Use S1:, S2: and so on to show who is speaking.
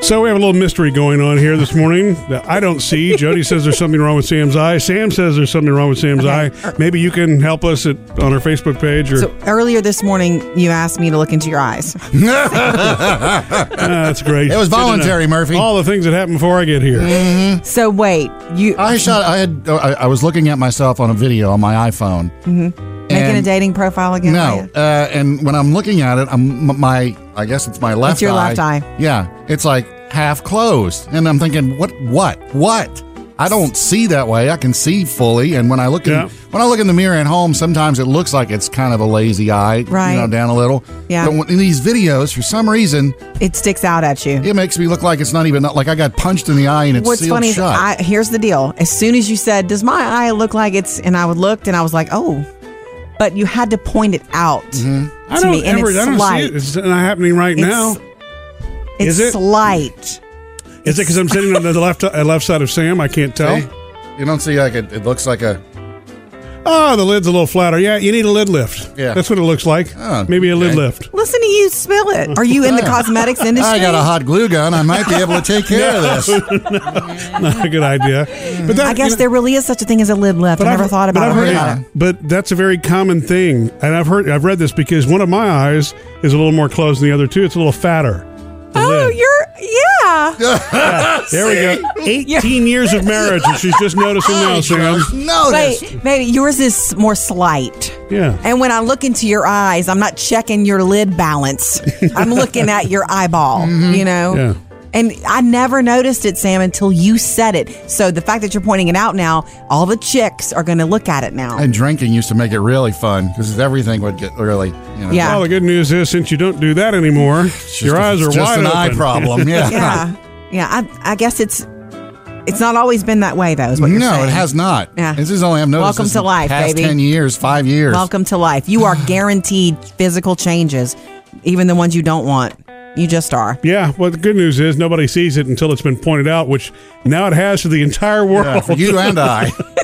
S1: So we have a little mystery going on here this morning that I don't see. Jody says there's something wrong with Sam's eye. Sam says there's something wrong with Sam's eye. Maybe you can help us at, on our Facebook page or
S2: So earlier this morning, you asked me to look into your eyes.
S1: Ah, that's great.
S3: It was
S1: Good to know.
S3: voluntary, Murphy.
S1: All the things that happened before I get here.
S2: so wait, you
S3: I shot. I had. oh, I, I was looking at myself on a video on my iPhone.
S2: making a
S3: and-
S2: dating profile again? are
S3: No,
S2: you?
S3: uh, and when I'm looking at it, I'm m- my. I guess it's my left.
S2: your
S3: eye.
S2: left eye.
S3: Yeah, it's like half closed, and I'm thinking, what, what, what? I don't see that way. I can see fully, and when I look in,
S1: Yeah.
S3: when I look in the mirror at home, sometimes it looks like it's kind of a lazy eye,
S2: Right.
S3: You know, down a little.
S2: Yeah.
S3: But when- in these videos, for some reason,
S2: It sticks out at you.
S3: it makes me look like it's not even like I got punched in the eye and it's
S2: What's
S3: sealed
S2: funny is,
S3: shut.
S2: I, here's the deal. As soon as you said, "Does my eye look like it's," and I would looked, and I was like, "Oh," but you had to point it out
S1: I
S3: Mm-hmm.
S2: to
S1: don't
S2: me, and
S1: ever.
S2: it's
S1: I don't
S2: slight.
S1: see it. It's not happening right
S2: It's-
S1: now. Is
S2: It's
S1: it?
S2: slight.
S1: Is it because I'm sitting on the left uh, left side of Sam? I can't tell.
S3: See? you don't see like it, it looks like a
S1: Oh, the lid's a little flatter. Yeah, you need a lid lift.
S3: Yeah.
S1: that's what it looks like.
S3: Oh,
S1: Maybe a lid
S3: okay.
S1: lift.
S2: Listen to you spill it. Are you in the cosmetics industry?
S3: I got a hot glue gun. I might be able to take care of this.
S1: Not a good idea. But that,
S2: I
S1: you
S2: guess
S1: know-
S2: there really is such a thing as a lid lift. I never
S1: I've-
S2: thought
S1: but
S2: about
S1: I've
S2: it.
S1: heard-
S2: Heard about
S3: yeah.
S2: it.
S1: But that's a very common thing, and I've heard I've read this because one of my eyes is a little more closed than the other two. It's a little fatter. The
S2: Oh,
S1: lid.
S2: you're yeah.
S1: there we go. Eighteen years of marriage, and she's just noticing
S3: Oh,
S1: now, Sam.
S3: No,
S2: Wait, maybe yours is more slight.
S1: Yeah.
S2: And when I look into your eyes, I'm not checking your lid balance. I'm looking at your eyeball, you know?
S1: Mm-hmm. Yeah.
S2: And I never noticed it, Sam, until you said it. So the fact that you're pointing it out now, all the chicks are going to look at it now.
S3: And drinking used to make it really fun because everything would get really, you know.
S2: Yeah.
S1: Well, the good news is since you don't do that anymore,
S3: it's
S1: your
S3: just-
S1: eyes are
S3: it's just
S1: wide
S3: an
S1: open.
S3: eye problem. Yeah.
S2: yeah. Yeah. I, I guess it's it's not always been that way, though, is what you're
S3: No,
S2: saying.
S3: it has not.
S2: Yeah.
S3: This is only I've noticed.
S2: Welcome
S3: this
S2: to
S3: in the
S2: life,
S3: past
S2: baby.
S3: Ten years, five years.
S2: Welcome to life. You are guaranteed physical changes, even the ones you don't want. You just are.
S1: Yeah, well, the good news is nobody sees it until it's been pointed out, which now it has to the entire world.
S3: Yeah, for you and I.